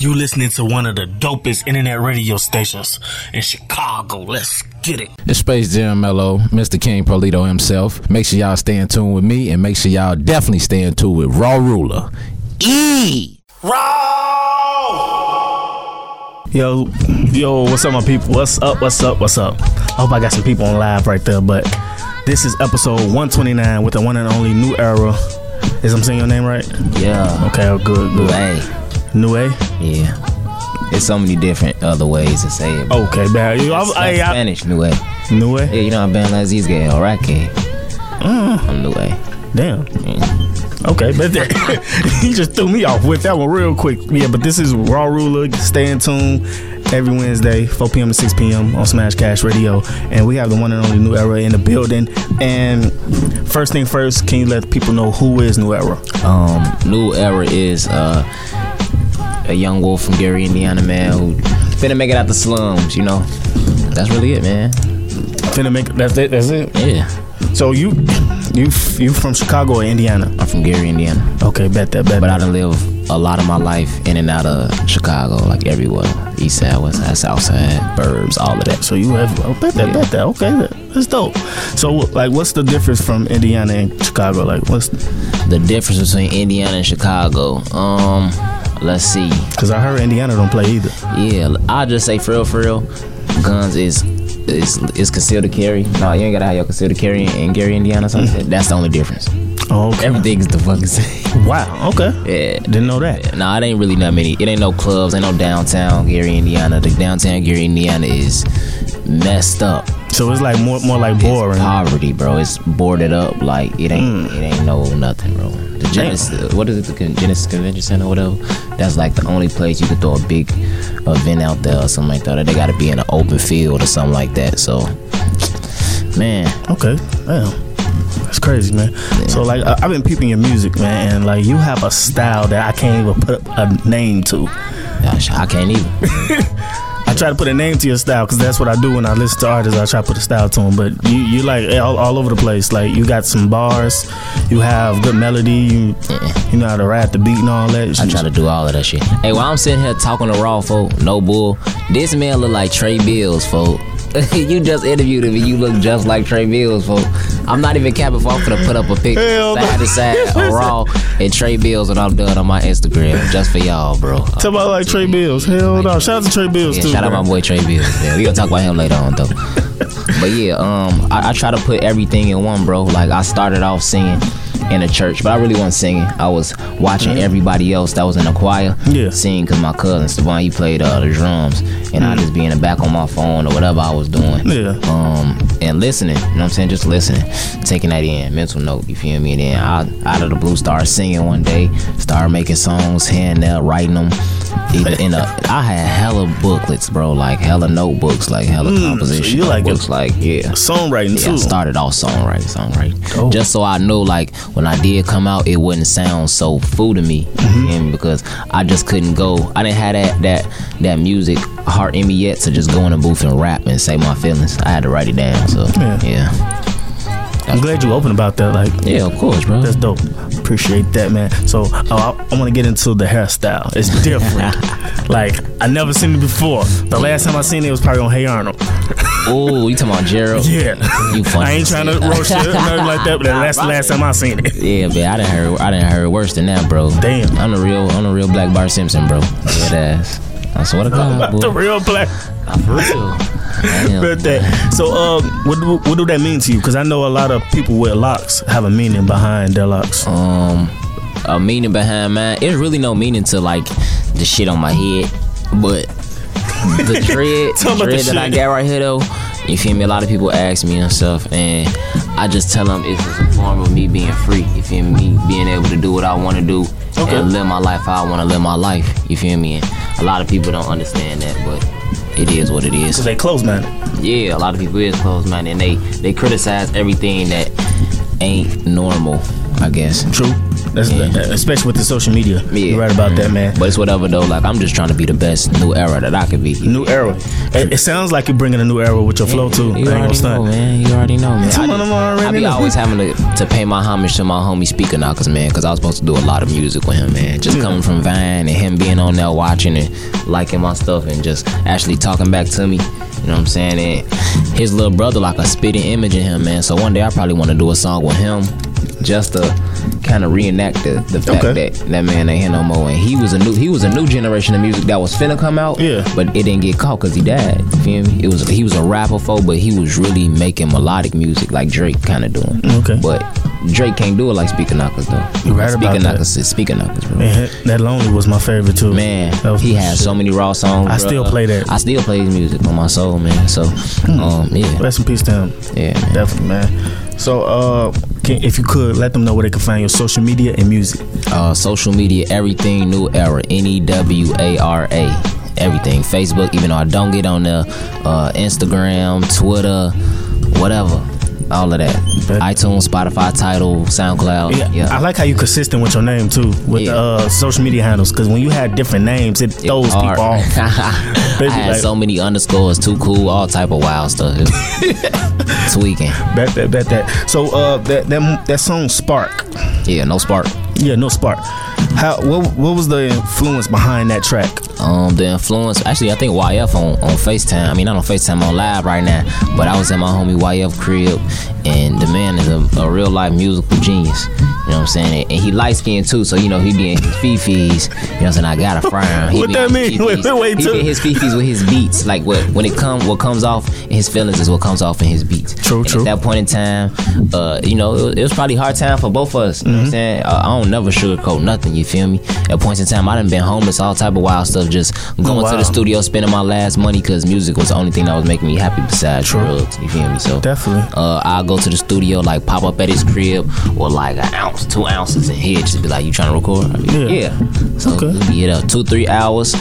You listening to one of the dopest internet radio stations in Chicago. Let's get it. It's Space Jam Mello, Mr. King Polito himself. Make sure y'all stay in tune with me and make sure y'all definitely stay in tune with Raw Ruler. E! Yo, yo, what's up, my people? What's up? What's up? What's up? I hope I got some people on live right there, but this is episode 129 with the one and only New Era. Is I'm saying your name right? Yeah. Okay, oh, good, good. Hey. New A? Yeah. There's so many different other ways to say it. Okay, bad. Yo, That's, I, that's Oh, I, I, Spanish, new way. New Yeah, A? you know I'm Ben Laziz gay, all right, kid. Mm. I'm new way. Damn. Okay, but that, you just threw me off with that one real quick. Yeah, but this is Raw Ruler. Stay in tune every Wednesday, 4 p.m. to 6 p.m. on Smash Cash Radio. And we have the one and only New Era in the building. And first thing first, can you let people know who is New Era? Um, new era is uh, a young wolf from Gary, Indiana, man, who finna make it out the slums. You know, that's really it, man. Finna make that's it. That's it. Yeah, So you, you, you from Chicago or Indiana? I'm from Gary, Indiana, Okay, bet that, bet. but I that. done live a lot of my life in and out of Chicago, like everywhere, east side, west side, south side, burbs, all of that. So you have oh, bet that, bet that. Okay, that- that's dope. So like, what's the difference from Indiana and Chicago? Like, what's The difference between Indiana and Chicago, um, let's see. because I heard Indiana don't play either. Yeah, I just say for real, for real, guns is is is concealed to carry. No, you ain't gotta have your concealed to carry in Gary, Indiana. or Something. That's the only difference. Oh, okay. Everything's the fucking same. Wow. Okay. Yeah. Didn't know that. Nah, it ain't really that many. It ain't no clubs. Ain't no downtown Gary, Indiana. The downtown Gary, Indiana is messed up. So it's like more, more like It's boring. poverty, bro. It's boarded up. Like it ain't, it ain't no nothing, bro. The Genesis, what is it? The Con- Genesis Convention Center, whatever. That's like the only place you could throw a big event out there or something like that. They got to be in an open field or something like that. So, man, Okay. Damn. That's crazy, man. So like, I, I've been peeping your music, man, and like, you have a style that I can't even put a name to. gosh, I can't even. I try to put a name to your style because that's what I do when I listen to artists. I try to put a style to them, but you you like all, all over the place. Like you got some bars, you have good melody, you you know how to rap the beat and all that. I try to do all of that shit. Hey, while I'm sitting here talking to Raw, folk, no bull. This man look like Trey Bills, folk. you just interviewed him and you look just like Trey Bills, folk. I'm not even capping, folk. I'm gonna put up a picture Hell no. side to side of Raw and Trey Bills when I'm done on my Instagram just for y'all, bro. Tell about like Trey Bills. Hell no! Shout out to Trey Bills Yeah, too. shout out bro. my boy Trey Bills. Man. We gonna talk about him later on though. but yeah, um, I, I try to put everything in one, bro. Like I started off singing in a church, but I really wasn't singing. I was watching everybody else that was in the choir Mm-hmm. Yeah. sing, cause my cousin Stevan he played uh, the drums, and Mm-hmm. I just be in the back on my phone or whatever I was doing. Yeah. Um, and listening, you know what I'm saying? Just listening, taking that in, mental note, you feel me? And then I, out of the blue, started singing one day, started making songs here and there, writing them. Either in a, I had hella booklets, bro, like hella notebooks, like hella Mm, composition you like a- books, like yeah. Songwriting Yeah, I too. started off songwriting, songwriting. Oh. Just so I know, like when I did come out, it wouldn't sound so full to me, Mm-hmm. and because I just couldn't go. I didn't have that that that music heart in me yet to just go in the booth and rap and say my feelings. I had to write it down. So Yeah. yeah, yeah, I'm glad you open about that. Like of course, bro. That's dope. Appreciate that, man. So uh, I, I want to get into the hairstyle. It's different. like I never seen it before. The last time I seen it was probably on Hey Arnold. oh, you talking about Gerald? Yeah. you funny. I ain't trying to roast it or nothing like that, but that's the last time I seen it. Yeah, man, I done heard I done heard worse than that, bro. Damn. I'm the real I'm the real Black Bar Simpson, bro. Dead ass. I swear to God, boy. The real black For real. Damn. birthday. So, um, what do, what do that mean to you? Because I know a lot of people with locks have a meaning behind their locks. um a meaning behind mine. There's really no meaning to like the shit on my head, but the dread, Tell the 'em about the dread that I shit. got right here though. You feel me? A lot of people ask me and stuff, and I just tell them it's just a form of me being free. You feel me? Being able to do what I want to do Okay. and live my life how I want to live my life. You feel me? And a lot of people don't understand that, but it is what it is. Because they close minded. Yeah, a lot of people is closed minded and they they criticize everything that ain't normal, I guess. True. That's, that- especially with the social media. Yeah. You're right about that, man. But it's whatever though. Like I'm just trying to be the best new era that I could be. New era. It, it sounds like you're bringing a new era with your flow too. I ain't You gonna already stunt. know, man. You already know, man. Come on, I'm already I be know. always having to, to pay my homage to my homie Speaker Knockers, man, because I was supposed to do a lot of music with him, man. Just coming from Vine and him being on there watching and liking my stuff and just actually talking back to me. You know what I'm saying? And his little brother, like a spitting image in him, man. So one day I probably want to do a song with him just to kind of reenact the, the fact Okay. that that man ain't here no more. And he was a new he was a new generation of music that was finna come out. Yeah. But it didn't get caught because he died. You feel me? It was he was a rapper for, but he was really making melodic music like Drake kind of doing. Okay. But Drake can't do it like Speaker Knockers though. You right Speaker about that. Knockers is Speaker Knockers, bro. Man, that lonely was my favorite too. Man, That was he my had shit. so many raw songs. I bruh. still play that. Hmm. I still play his music on my soul, man. So, um, yeah, Rest in peace to him. yeah, man. Definitely, man. So, uh, can, if you could, let them know where they can find your social media and music. uh, social media, everything, new era, N E W A R A, everything. Facebook, even though I don't get on there, uh, Instagram, Twitter, whatever, all of that. bet. iTunes, Spotify, Title, SoundCloud. Yeah, I like how you consistent with your name too, with Yeah. uh, social media handles, because when you had different names, it It throws hard. people off. I Basically, had like- so many underscores, too cool, all type of wild stuff. It was Tweaking. Bet that, bet that. So, uh, that that that song Spark. Yeah, no spark. Yeah, no Spark. How what what was the influence behind that track? um, the influence. Actually, I think YF on, on FaceTime. I mean, not on FaceTime, on live right now. But I was at my homie YF crib, and the man is a, a real life musical genius. You know what I'm saying? And, and he light skinned too, so you know, he be in his fifis. You know what I'm saying? I gotta fry him. He What be that in his mean? Wait, fifis. wait, wait, He be too. in his fifis with his beats. Like what when it come what comes off in his feelings is what comes off in his beats. True, And true. At that point in time, uh, you know, it was, it was probably hard time for both of us. You know Mm-hmm. what I'm saying? Uh, I don't never sugarcoat nothing. You feel me? At points in time, I done been homeless, all type of wild stuff, just going to Oh, wow. the studio, spending my last money because music was the only thing that was making me happy besides drugs. You feel me? So Definitely. uh, I'll go to the studio, like pop up at his crib, or like an ounce, two ounces in here, just be like, "You trying to record?" I mean, Yeah. yeah. So Okay. it'll be it up two, three hours,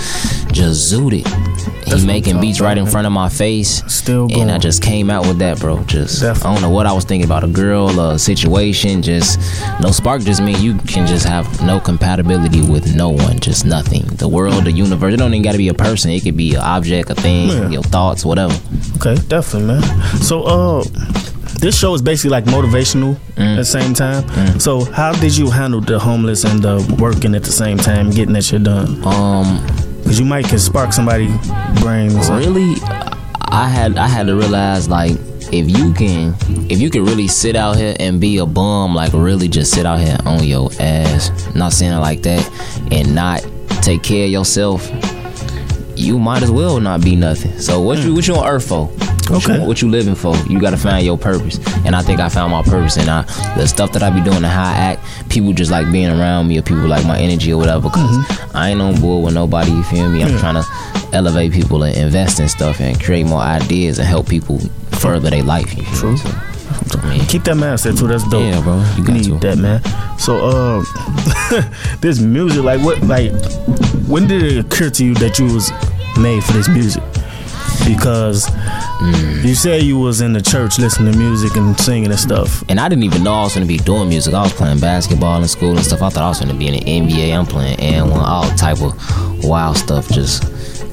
just zoot it. he making beats right in front of my face, Still and I going. just came out with that, bro. Just I Definitely. don't know what I was thinking about a girl, a situation. Just no spark. Just mean you can just have no compatibility with no one. Just nothing. The world, the universe. It don't even got to be a person. It could be an object, a thing, Yeah. your thoughts, whatever. Okay, definitely, man. So, uh, this show is basically like motivational Mm. at the same time. So, how did you handle the homeless and the working at the same time, getting that shit done? Um, Because you might can spark somebody brains. Oh, really i had i had to realize like if you can if you can really sit out here and be a bum like really just sit out here on your ass not saying it like that and not take care of yourself you might as well not be nothing so what you what you on earth for What you- Okay. what you living for you gotta find your purpose and i think i found my purpose and i the stuff that i be doing and how i act people just like being around me or people like my energy or whatever because i ain't on board with nobody you feel me i'm trying to elevate people and invest in stuff and create more ideas and help people further their life you feel me? So, I mean, Keep that mindset too. That's dope. Yeah, bro. You You got need to. that, man. So, uh, this music, like, what, like, when did it occur to you that you was made for this music? Because Mm. you said you was in the church listening to music and singing and stuff. and I didn't even know I was gonna be doing music. I was playing basketball in school and stuff. I thought I was gonna be in the NBA. I'm playing and one all type of wild stuff, just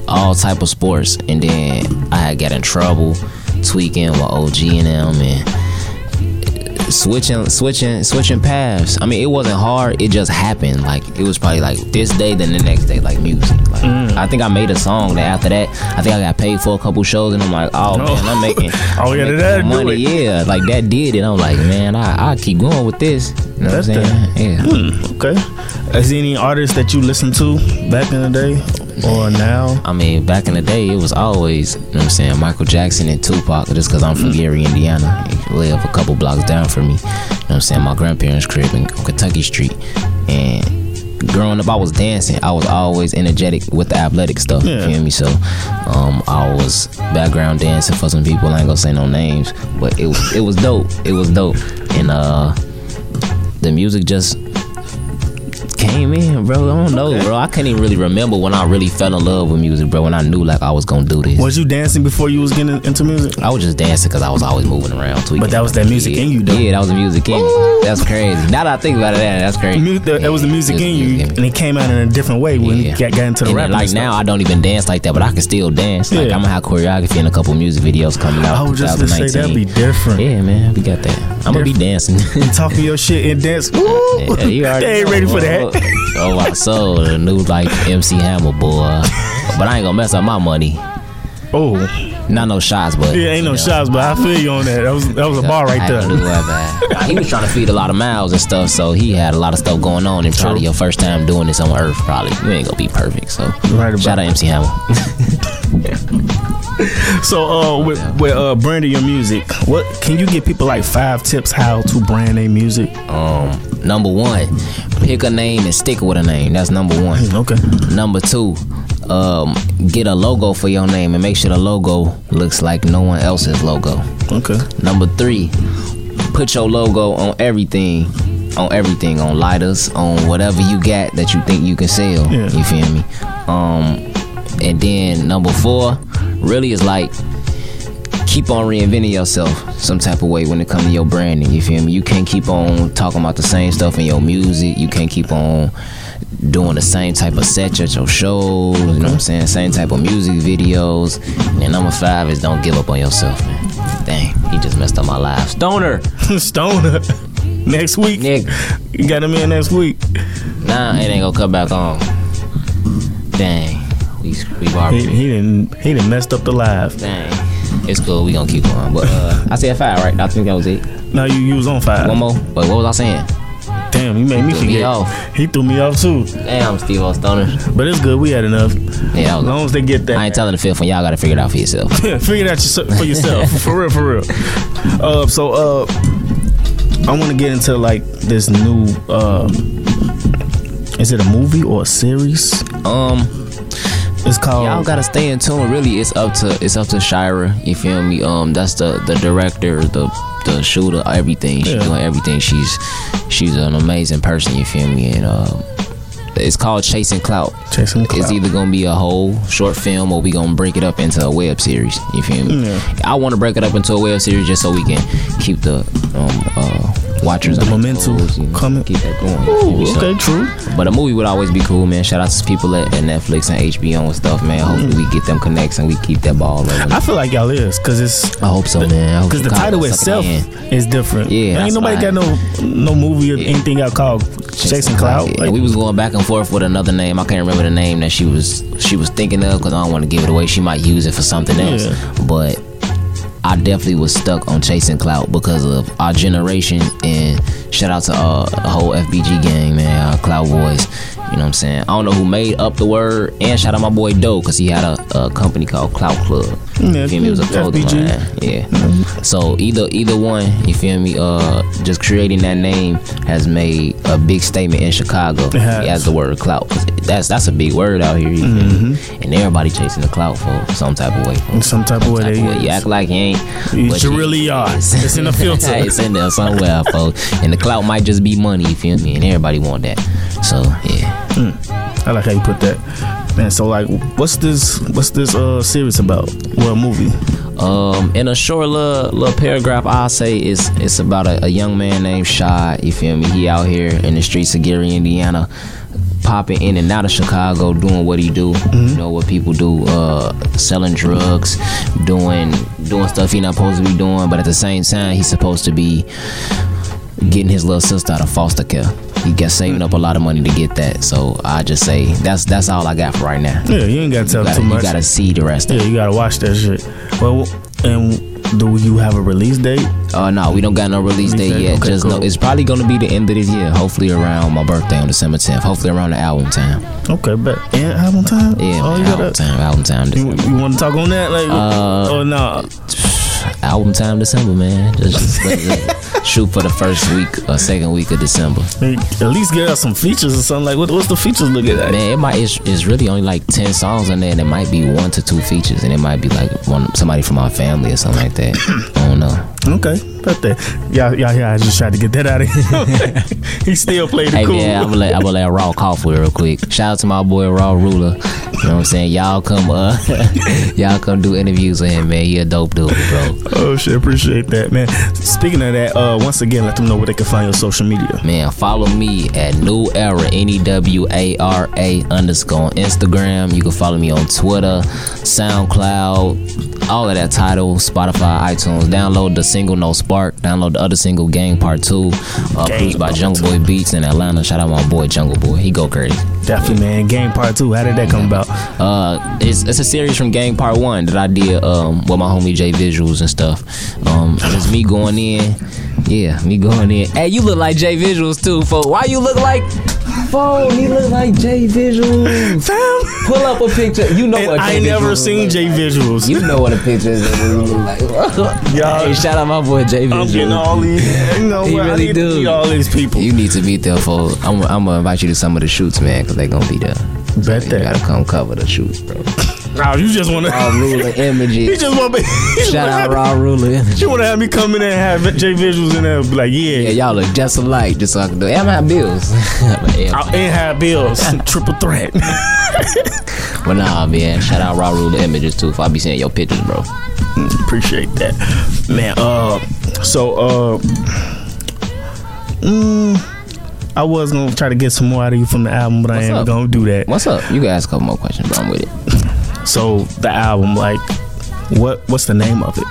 all type of sports. And then I had got in trouble, tweaking with OG and them, and switching, switching, switching paths. I mean, it wasn't hard. It just happened. Like it was probably like this day, then the next day, like music. Like Mm. I think I made a song. That after that, I think I got paid for a couple shows, and I'm like, oh man, I'm making. Oh, yeah, I'm making that'll do money. it. Yeah, like that did it. I'm like, man, I I keep going with this. You know what I'm That's Hmm. saying? Yeah. Okay. Is there any artist that you listened to back in the day or now? I mean, back in the day, it was always, you know what I'm saying, Michael Jackson and Tupac, just because I'm Hmm. from Gary, Indiana. They live a couple blocks down from me. You know what I'm saying? My grandparents' crib in on Kentucky Street. And growing up, I was dancing. I was always energetic with the athletic stuff. Yeah. You feel me? So um, I was background dancing for some people. I ain't gonna say no names, but it was, it was dope. It was dope. And uh, the music just came in, bro. I don't know, bro. I can't even really remember when I really fell in love with music, bro. When I knew like I was gonna do this. Was you dancing before you was getting into music? I was just dancing because I was always moving around. Tweaking. But that was that music yeah. in you, though. Yeah, that was the music in me. That's crazy. Now that I think about it, that- that's crazy. Mu- the, yeah, It was the music it in was you, music and it came out in a different way when you got, got into the And rap. then, and Like stuff. now, I don't even dance like that, but I can still dance. Like Yeah. I'm gonna have choreography and a couple music videos coming out. I was just gonna say that'd be 2019. different. Yeah, man, we got that. I'm gonna be dancing. Talking your shit and dance. Ooh, Yeah, you already they ain't know, ready for that. boy. Oh my soul, the new like MC Hammer boy. But I ain't gonna mess up my money. Oh, Not no shots, but yeah, ain't you no know, shots, but I feel you on that. That was that was a bar I right ain't there. gonna do that, man. He was trying to feed a lot of mouths and stuff, so he had a lot of stuff going on. And probably your first time doing this on Earth, probably you ain't gonna be perfect. So Right about shout out MC Hammer. So, uh, with, with uh, branding your music, what can you give people like five tips how to brand their music? Um, number one, pick a name and stick with a name. That's number one. Okay, Number two, um, get a logo for your name and make sure the logo looks like no one else's logo. okay, Number three, put your logo on everything, on everything, on lighters, on whatever you got that you think you can sell. Yeah. You feel me? Um, and then number four, really is like keep on reinventing yourself some type of way when it comes to your branding. You feel me? You can't keep on talking about the same stuff in your music. You can't keep on doing the same type of sets at your shows. You know what I'm saying? Same type of music videos. And number five is don't give up on yourself, man. Dang, he just messed up my life. Stoner. Stoner. Next week, Nick. you got him in next week. Nah, it ain't gonna come back on. Dang, we we He, already. he didn't he didn't messed up the live. Dang, it's cool. We gonna keep going. But uh, I said five, right? I think that was it. No, you, you was on five. One more. Wait, what was I saying? Damn, you made me Threw me forget. off. He threw me off too. Damn, Steve O Stoner. But it's good. We had enough. Yeah, As that was long as they get that. I ain't telling the fifth one. Y'all gotta figure it out for yourself. Figure it out yourse- for yourself. for real, for real. Uh, so uh, I want to get into like this new. Uh, is it a movie or a series? Um, It's called. y'all gotta stay in tune. Really, it's up to it's up to Shira. You feel me? Um, that's the the director, the the shooter, everything. She's Yeah. doing everything. She's she's an amazing person. You feel me? And um, it's called Chasing Clout. Chasing Clout. It's either gonna be a whole short film or we gonna break it up into a web series. You feel me? I want to break it up into a web series just so we can keep the um uh watchers The on their momentum toes, you know, coming. Keep that going. you feel Ooh, me? So- okay, true. But a movie would always be cool, man. Shout out to people at, at Netflix and HBO and stuff, man. Hopefully we get them connects and we keep that ball rolling. I feel like y'all is because it's I hope so, man. I hope because the Chicago title itself suck it in. is different. Yeah, ain't that's nobody why. got no no movie or anything out called Chasing Cloud. Yeah, Like, we was going back and forth with another name. I can't remember the name that she was she was thinking of because I don't want to give it away. She might use it for something else. Yeah. But I definitely was stuck on chasing clout because of our generation. And shout out to uh, the whole FBG gang, man, uh, Cloud Boys. You know what I'm saying? I don't know who made up the word. And shout out my boy Doe because he had a, a company called Clout Club. Yeah, you feel me? It was a clothing FBG. line. Yeah. So either either one, you feel me? Uh, just creating that name has made a big statement in Chicago. It has. As the word clout, 'Cause that's that's a big word out here, you feel me? and everybody chasing the clout for some type of way. Mm-hmm. in some type of way. Type they of way. You act like you ain't. You but really are. It's in the filter. it's in there somewhere, folks. And the clout might just be money, you feel me? And everybody want that. So yeah, I like how you put that. Man, so like, what's this? What's this uh series about? Well, movie. Um, in a short little, little paragraph, I'll say it's it's about a, a young man named Shad. You feel me? He out here in the streets of Gary, Indiana, popping in and out of Chicago, doing what he do. Mm-hmm. You know what people do? Uh, selling drugs, doing doing stuff he not supposed to be doing. But at the same time, he's supposed to be getting his little sister out of foster care. He got saving up a lot of money to get that. So I just say that's that's all I got for right now. Yeah, you ain't gotta tell You gotta, too you much. gotta see the rest. of yeah, you gotta watch that shit. Well, and do you have a release date? Uh, no, we don't got no Release release date date? yet. Okay, Just know cool. it's probably gonna be the end of this year. Hopefully around my birthday on December 10th. Hopefully around the album time. Okay, but and album time. Yeah, oh, man, you album gotta. time, album time, You, December. you want to talk on that? Like, Uh, oh no, album time, December, man. Just, just- let- let- shoot for the first week or second week of December. at least get us some features or something. Like, what, what's the features looking like? Man, it might it's, it's really only like ten songs on there, and it might be one to two features, and it might be like one somebody from our family or something like that. I don't know. Okay, about that. Y'all, y'all, y'all just tried to get that out of him. he still played it Hey cool. man, I'm gonna let I'm gonna let Raw cough with real quick. Shout out to my boy Raw Ruler. You know what I'm saying? Y'all come uh y'all come do interviews with him, man. You a dope dude, bro. Oh shit, appreciate that, man. Speaking of that, uh, once again, let them know where they can find your social media. Man, follow me at New Era N E W A R A underscore on Instagram. You can follow me on Twitter, SoundCloud, all of that title, Spotify, iTunes. Download the single No Spark. Download the other single Gang Part Two, uh, produced by Jungle Boy Beats in Atlanta. Shout out my boy Jungle Boy. He go crazy. Definitely, man. Game part two. How did that come about? Uh, it's, it's a series from Gang Part One that I did um, with my homie Jay Visuals and stuff. Um, it's me going in. Yeah, me going in. Hey, you look like Jay Visuals too, folks. Why you look like? Phone, he look like Jay Visuals. Pull up a picture. You know And what? I Jay ain't never Visuals seen look Jay Visuals. Like. You know what a picture is. that he look like. Y'all- hey, shout out my boy Jay I'm getting Visuals. all these. You know He what? really I need to do. meet all these people. You need to be there, folks. I'm, I'm gonna invite you to some of the shoots, man, because they gonna be there. Bet You that. gotta come cover the shoots, bro. Nah, you just want All to. ruler You images. just want to. Shout out Raw Ruler images. You want to have me come in there and have Jay Visuals in there? Be like, yeah. Yeah, y'all look just alike, just so I can do it. And I have bills. but, yeah, I'll- and have bills. Triple threat. but nah, man. Shout out Raw Ruler Images, too, if I be seeing your pictures, bro. Appreciate that, man. Uh, so uh, mm, I was gonna try to get some more out of you from the album, but What's I ain't up? gonna do that. What's up? You can ask a couple more questions, bro. I'm with it. So the album, like, what what's the name of it?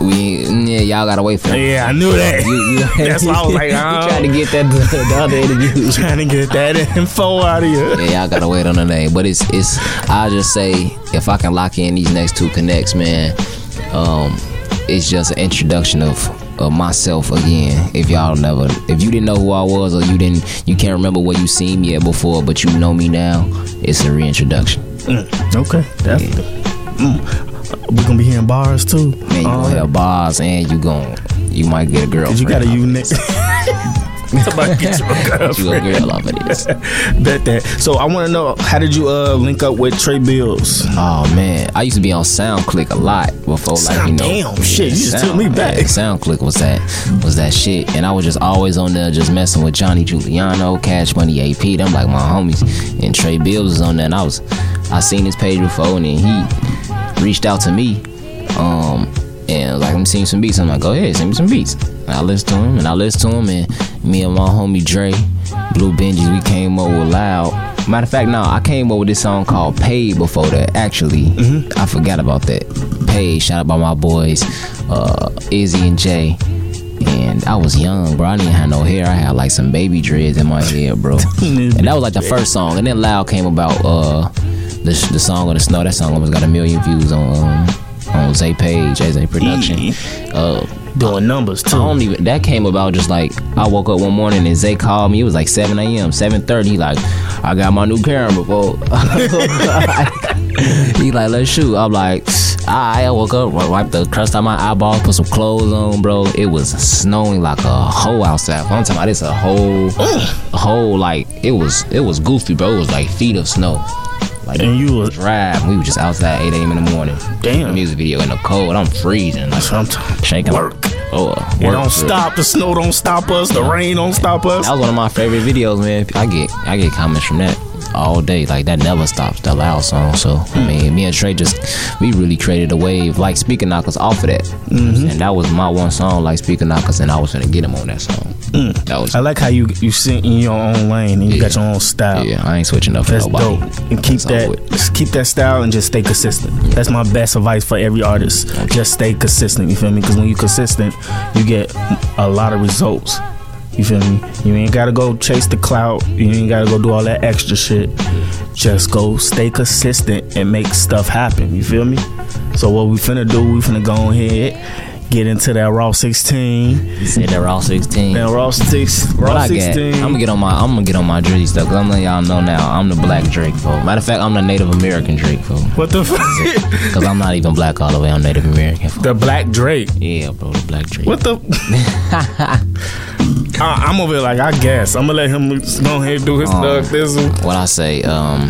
We, yeah, y'all gotta wait for it. Yeah, I knew that. You, you, That's why I was like, you I don't- trying to get that the, the other interview. Trying to get that info out of you. Yeah, y'all gotta wait on the name. But it's it's I just say if I can lock in these next two connects, man, um, it's just an introduction of, of myself again. If y'all never if you didn't know who I was or you didn't you can't remember where you seen me at before, but you know me now, it's a reintroduction. Okay, definitely. Mm. We gonna be hearing bars too. Man, you All gonna that. have bars and you gon' you might get a girl. Oh, you got a unique. Somebody get you a you a girlfriend. girl off of this. Bet that. So I want to know how did you uh link up with Trey Bills? Oh man, I used to be on SoundClick a lot before, like Sound- you know. damn, shit, you just took me back. yeah, SoundClick was that was that shit, and I was just always on there, just messing with Johnny Giuliano, Cash Money AP, them like my homies, and Trey Bills was on there, and I was, I seen his page before, and then he reached out to me, um, and like I'm seeing some beats, I'm like, go ahead, send me some beats. And I listened to him, and I listened to him, and me and my homie Dre, Blue Benjis, we came up with loud. Matter of fact, no, I came up with this song called Paid before that. Actually, I forgot about that. Paid, shout out by my boys, uh, Izzy and Jay. And I was young, bro. I didn't have no hair. I had like some baby dreads in my hair, bro. and that was like the first song. And then Loud came about uh, the, the song on the snow. That song almost got a million views on um, on Zay Page, Zay Production. Uh, Doing numbers too. I don't even. That came about just like I woke up one morning and Zay called me. It was like 7 a.m., 7:30. He like, I got my new camera, bro. he like, let's shoot. I'm like, I, I woke up, wi- wiped the crust out my eyeballs, put some clothes on, bro. It was snowing like a hoe outside. I'm talking about it's a whole, whole like it was. It was goofy, bro. It was like feet of snow. Like And you was drive. We were just outside 8 a.m. in the morning. Damn. The music video in the cold. I'm freezing. Like, sometimes. shaking. Work. Oh, uh, It work don't for- stop. The snow don't stop us. The rain don't stop us. That was one of my favorite videos, man. I get I get comments from that all day. Like that never stops. The loud song. So I mean, me and Trey just we really created a wave. Like speaker knockers off of that, Mm-hmm. and that was my one song. Like speaker knockers, and I was gonna get him on that song. That was Mm. I like how you you sit in your own lane and you got Yeah. your own style. yeah. I ain't switching up for That's nobody. dope. And keep Oh, That's all that with- just keep that style and just stay consistent. That's my best advice for every artist. Just stay consistent, you feel me? Cuz when you consistent, you get a lot of results. You feel me? You ain't got to go chase the clout. You ain't got to go do all that extra shit. Just go stay consistent and make stuff happen. You feel me? So what we finna do, we finna go ahead get into that raw 16. He said they're all sixteen. Now raw 6, What raw I got? 16. I'm gonna get on my I'm gonna get on my Drizzy stuff. Cause I'm letting y'all know now. I'm the Black Drake folk. Matter of fact, I'm the Native American Drake folk. what the fuck? Cause I'm not even black all the way. I'm Native American. Folk. the Black Drake. Yeah, bro, the Black Drake. What the? I, I'm over here like I Oh. guess I'm gonna let him go ahead and do his Um, thug thizzle. what I say, um,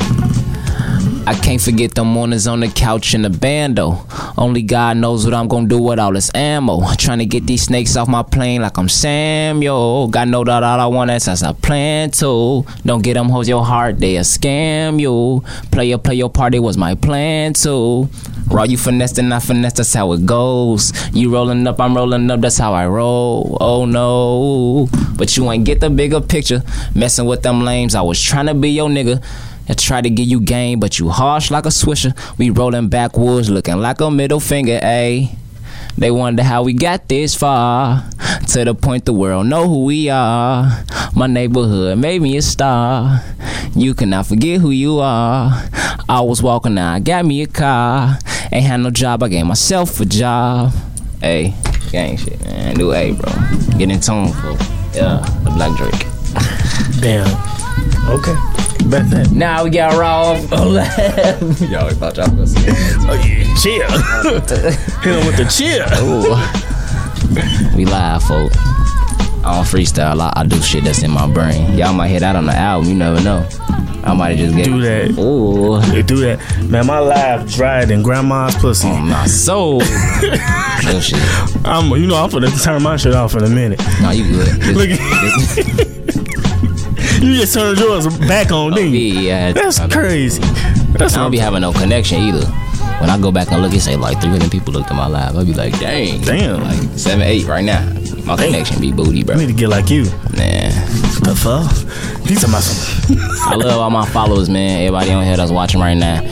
I can't forget the mornings on the couch in the bando. Only God knows what I'm gonna do with all this ammo. Trying to get these snakes off my plane like I'm Samuel. God know that all I want is as I plan to. Don't get them hoes your heart, they a scam you. Play your play your party was my plan to. Raw you finessed and I finessed, that's how it goes. You rolling up, I'm rolling up, that's how I roll. Oh no. But you ain't get the bigger picture. Messing with them lames, I was trying to be your nigga. I try to give you game, but you harsh like a swisher. We rolling backwards, looking like a middle finger, ayy. They wonder how we got this far. To the point the world know who we are. My neighborhood made me a star. You cannot forget who you are. I was walking, now I got me a car. Ain't had no job, I gave myself a job. Hey, gang shit, man. Do A, bro. Get in tune for yeah, the Black Drake. Damn. Okay. Bet that. Now we got raw. Y'all thought y'all was Oh yeah, chill. Hit him with the chill. We live, folk. I don't freestyle. I, I do shit that's in my brain. Y'all might hear that on the album. You never know. I might just get Do that. Ooh, They do that. Man, my life drier than grandma's pussy. my soul. Real shit. I'm, you know, I'm finna turn my shit off in a minute. No, you good. This- Look, you just turned yours back on, didn't you? yeah, yeah, That's I- crazy. That's I don't what be having no connection either. When I go back and look, it say like 300 people looked at my live. I be like, dang, Damn. like seven, eight right now. My connection be booty, bro. I need to get like you. Nah. What the fuck? These are my. I love all my followers, man. Everybody on here that's watching right now.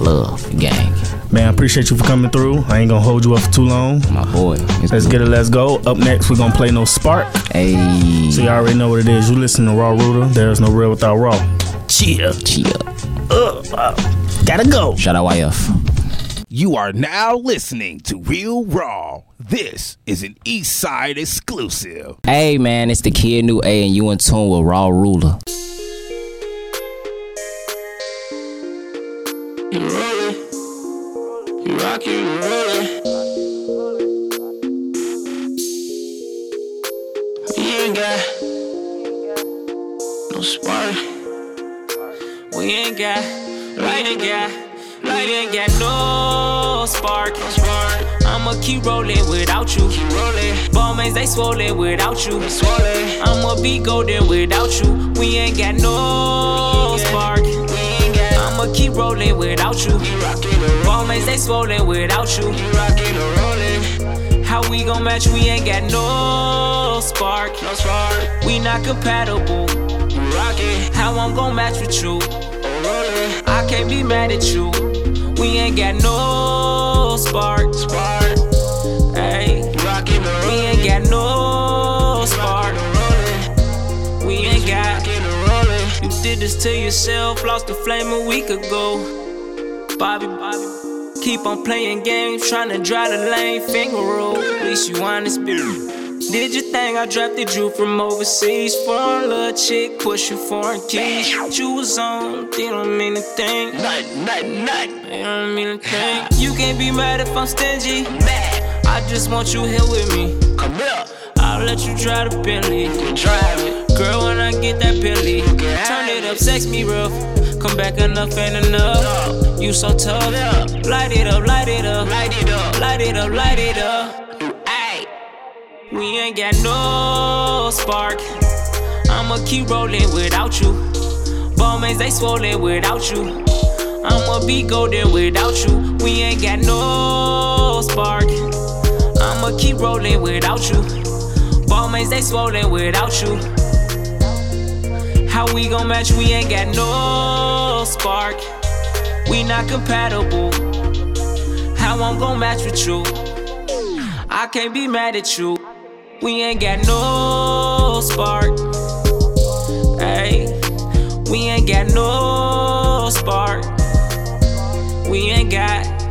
Love, gang. Man, I appreciate you for coming through. I ain't gonna hold you up for too long. My boy. Let's get it, let's go. Up next, we're gonna play No Spark. Hey. So you already know what it is. You listen to Raw Rooter. There's no real without Raw. Chill. Chia. Gotta go. Shout out YF. You are now listening to Real Raw. This is an East Side exclusive. Hey, man, it's the kid new A, and you in tune with Raw Ruler. You rollin', you rock, you rollin'. You ain't got no spark. We ain't got, light ain't got, light ain't got no Oh, spark. I'ma keep rolling without you. Keep rolling. Ballmains they swollen without you. Swollen. I'ma be golden without you. We ain't got no spark. I'ma keep rolling without you. Ballmains they swollen without you. How we gon' match? We ain't got no spark. No spark. We not compatible. How I'm gon' match with you? I can't be mad at you. We ain't got no spark. Spark. Hey. We ain't got no spark. We ain't got. You did this to yourself. Lost the flame a week ago. Bobby, Bobby. Keep on playing games, trying to drive the lane, finger roll. At least you honest, bitch. Did you think I drafted you from overseas? Foreign little chick, pushing foreign keys. You was on, didn't mean a thing. Night, night, night. I don't mean a thing. You can't be mad if I'm stingy. I just want you here with me. Come here, I'll let you drive the Bentley. drive it. Girl, when I get that Bentley, can turn have it up, sex me rough. Come back enough and enough. You so tough. Light it up, light it up, Light it up. light it up, light it up. Ay, We ain't got no spark. I'ma keep rolling without you. Ballmains they swollen without you. I'ma be golden without you. We ain't got no spark. I'ma keep rolling without you. Ballmains they swollen without you. How we gon' match? We ain't got no spark. We not compatible. How I'm gon' match with you? I can't be mad at you. We ain't got no spark. Hey, we ain't got no spark. We ain't got